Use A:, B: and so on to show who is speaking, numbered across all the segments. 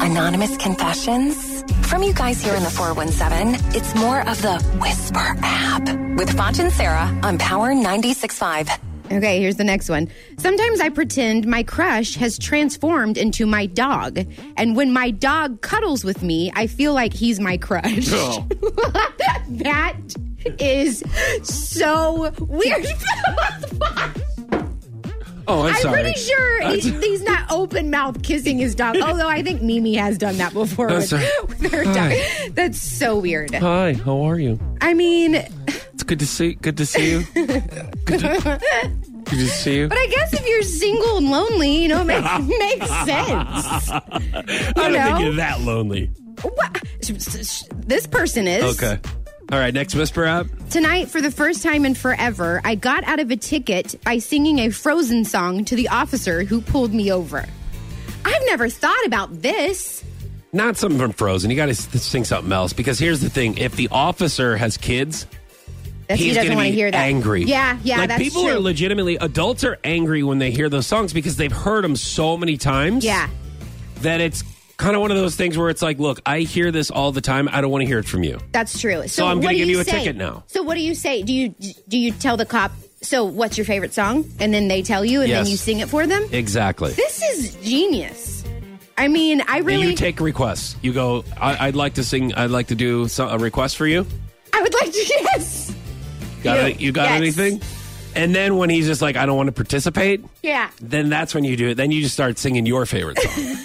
A: Anonymous confessions? From you guys here in the 417, it's more of the Whisper app with Foch and Sarah on Power 96.5.
B: Okay, here's the next one. Sometimes I pretend my crush has transformed into my dog. And when my dog cuddles with me, I feel like he's my crush.
C: Oh.
B: that is so weird.
C: Oh, I'm,
B: I'm
C: sorry.
B: pretty sure he's, he's not open mouth kissing his dog. Although I think Mimi has done that before
C: I'm
B: with,
C: sorry.
B: with her dog. That's so weird.
C: Hi, how are you?
B: I mean,
C: It's good to see. Good to see you. good, to, good to see you.
B: But I guess if you're single and lonely, you know, it makes, makes sense.
C: I don't
B: know.
C: think you're that lonely.
B: What? sh- sh- sh- This person is.
C: Okay. All right. Next whisper app.
B: Tonight, for the first time in forever, I got out of a ticket by singing a Frozen song to the officer who pulled me over. I've never thought about this.
C: Not something from Frozen. You got to sing something else because here's the thing: if the officer has kids,
B: That's, he
C: he's
B: doesn't
C: gonna
B: want to
C: be
B: hear that.
C: Angry.
B: Yeah, yeah,
C: Like
B: that's
C: people
B: true.
C: are legitimately adults are angry when they hear those songs because they've heard them so many times.
B: yeah.
C: That it's kind of one of those things where it's like, look, I hear this all the time. I don't want to hear it from you.
B: That's true. So,
C: I'm
B: what
C: gonna
B: do
C: give you a
B: say?
C: ticket now.
B: So what do you say? Do you do you tell the cop? So what's your favorite song? And then they tell you, and
C: Yes.
B: then you sing it for them.
C: Exactly.
B: This is genius. I mean, I
C: And
B: really
C: you take requests. You go. I, I'd like to sing. I'd like to do so- a request for you.
B: I would like to yes.
C: Got
B: Yeah.
C: it? You got
B: Yes.
C: anything? And then when he's just like, I don't want to participate.
B: Yeah.
C: Then that's when you do it. Then you just start singing your favorite song.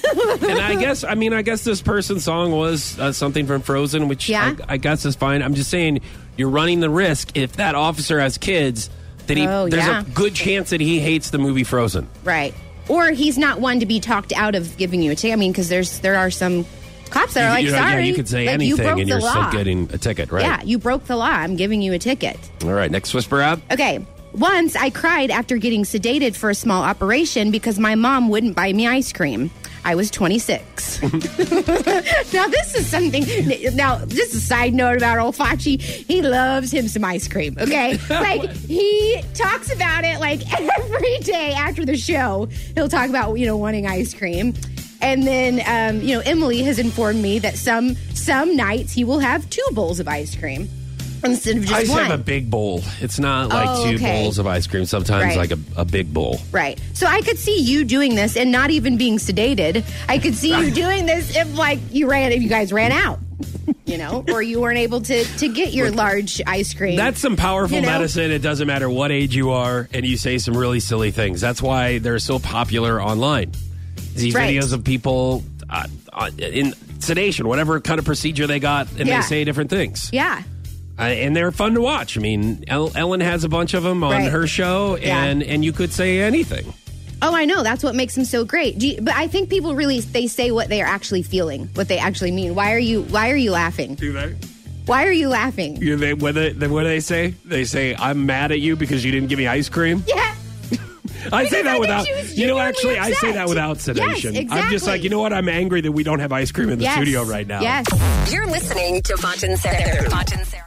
C: and I guess, I mean, I guess this person's song was uh, something from Frozen, which
B: Yeah.
C: I, I guess is fine. I'm just saying, you're running the risk if that officer has kids that he
B: Oh,
C: there's
B: yeah.
C: a good chance that he hates the movie Frozen.
B: Right. Or he's not one to be talked out of giving you a ticket. I mean, because there's there are some cops that are like,
C: you, know,
B: sorry,
C: yeah, you could say
B: like, you
C: anything
B: broke
C: and
B: the
C: you're
B: law.
C: still getting a ticket, right?
B: Yeah, you broke the law. I'm giving you a ticket.
C: All right, next whisper app.
B: Okay. Once I cried after getting sedated for a small operation because my mom wouldn't buy me ice cream. I was 26. now, this is something. Now, just a side note about old Fachi. He loves him some ice cream, okay? like, he talks about it like every day after the show. He'll talk about, you know, wanting ice cream. And then, um, you know, Emily has informed me that some some nights he will have two bowls of ice cream instead of just
C: I just
B: one.
C: have a big bowl. It's not like
B: Oh,
C: two
B: okay.
C: bowls of ice cream. Sometimes
B: Right.
C: like a, a big bowl.
B: Right. So I could see you doing this and not even being sedated. I could see you doing this if like you ran if you guys ran out, you know, or you weren't able to to get your large ice cream.
C: That's some powerful
B: You know?
C: medicine. It doesn't matter what age you are, and you say some really silly things. That's why they're so popular online. These
B: Right.
C: videos of people uh, uh, in sedation, whatever kind of procedure they got, and
B: Yeah.
C: they say different things.
B: yeah.
C: Uh, and they're fun to watch. I mean, El- Ellen has a bunch of them on
B: Right.
C: her show,
B: Yeah.
C: and and you could say anything.
B: Oh, I know. That's what makes them so great. Do you, but I think people really they say what they are actually feeling, what they actually mean. Why are you why are you laughing?
C: Do they?
B: Why are you laughing?
C: You, they, what, they, they- what do they say? They say, I'm mad at you because you didn't give me ice cream.
B: Yeah.
C: I say
B: Because I
C: that
B: think
C: without,
B: she was
C: you know,
B: genuinely
C: actually, I say
B: upset.
C: that without
B: Yes,
C: sedation. I'm just
B: exactly.
C: like, you know what? I'm angry that we don't have ice cream in the
B: yes.
C: studio right now.
B: Yes.
A: You're listening to Foch and Sarah. Foch and Sarah.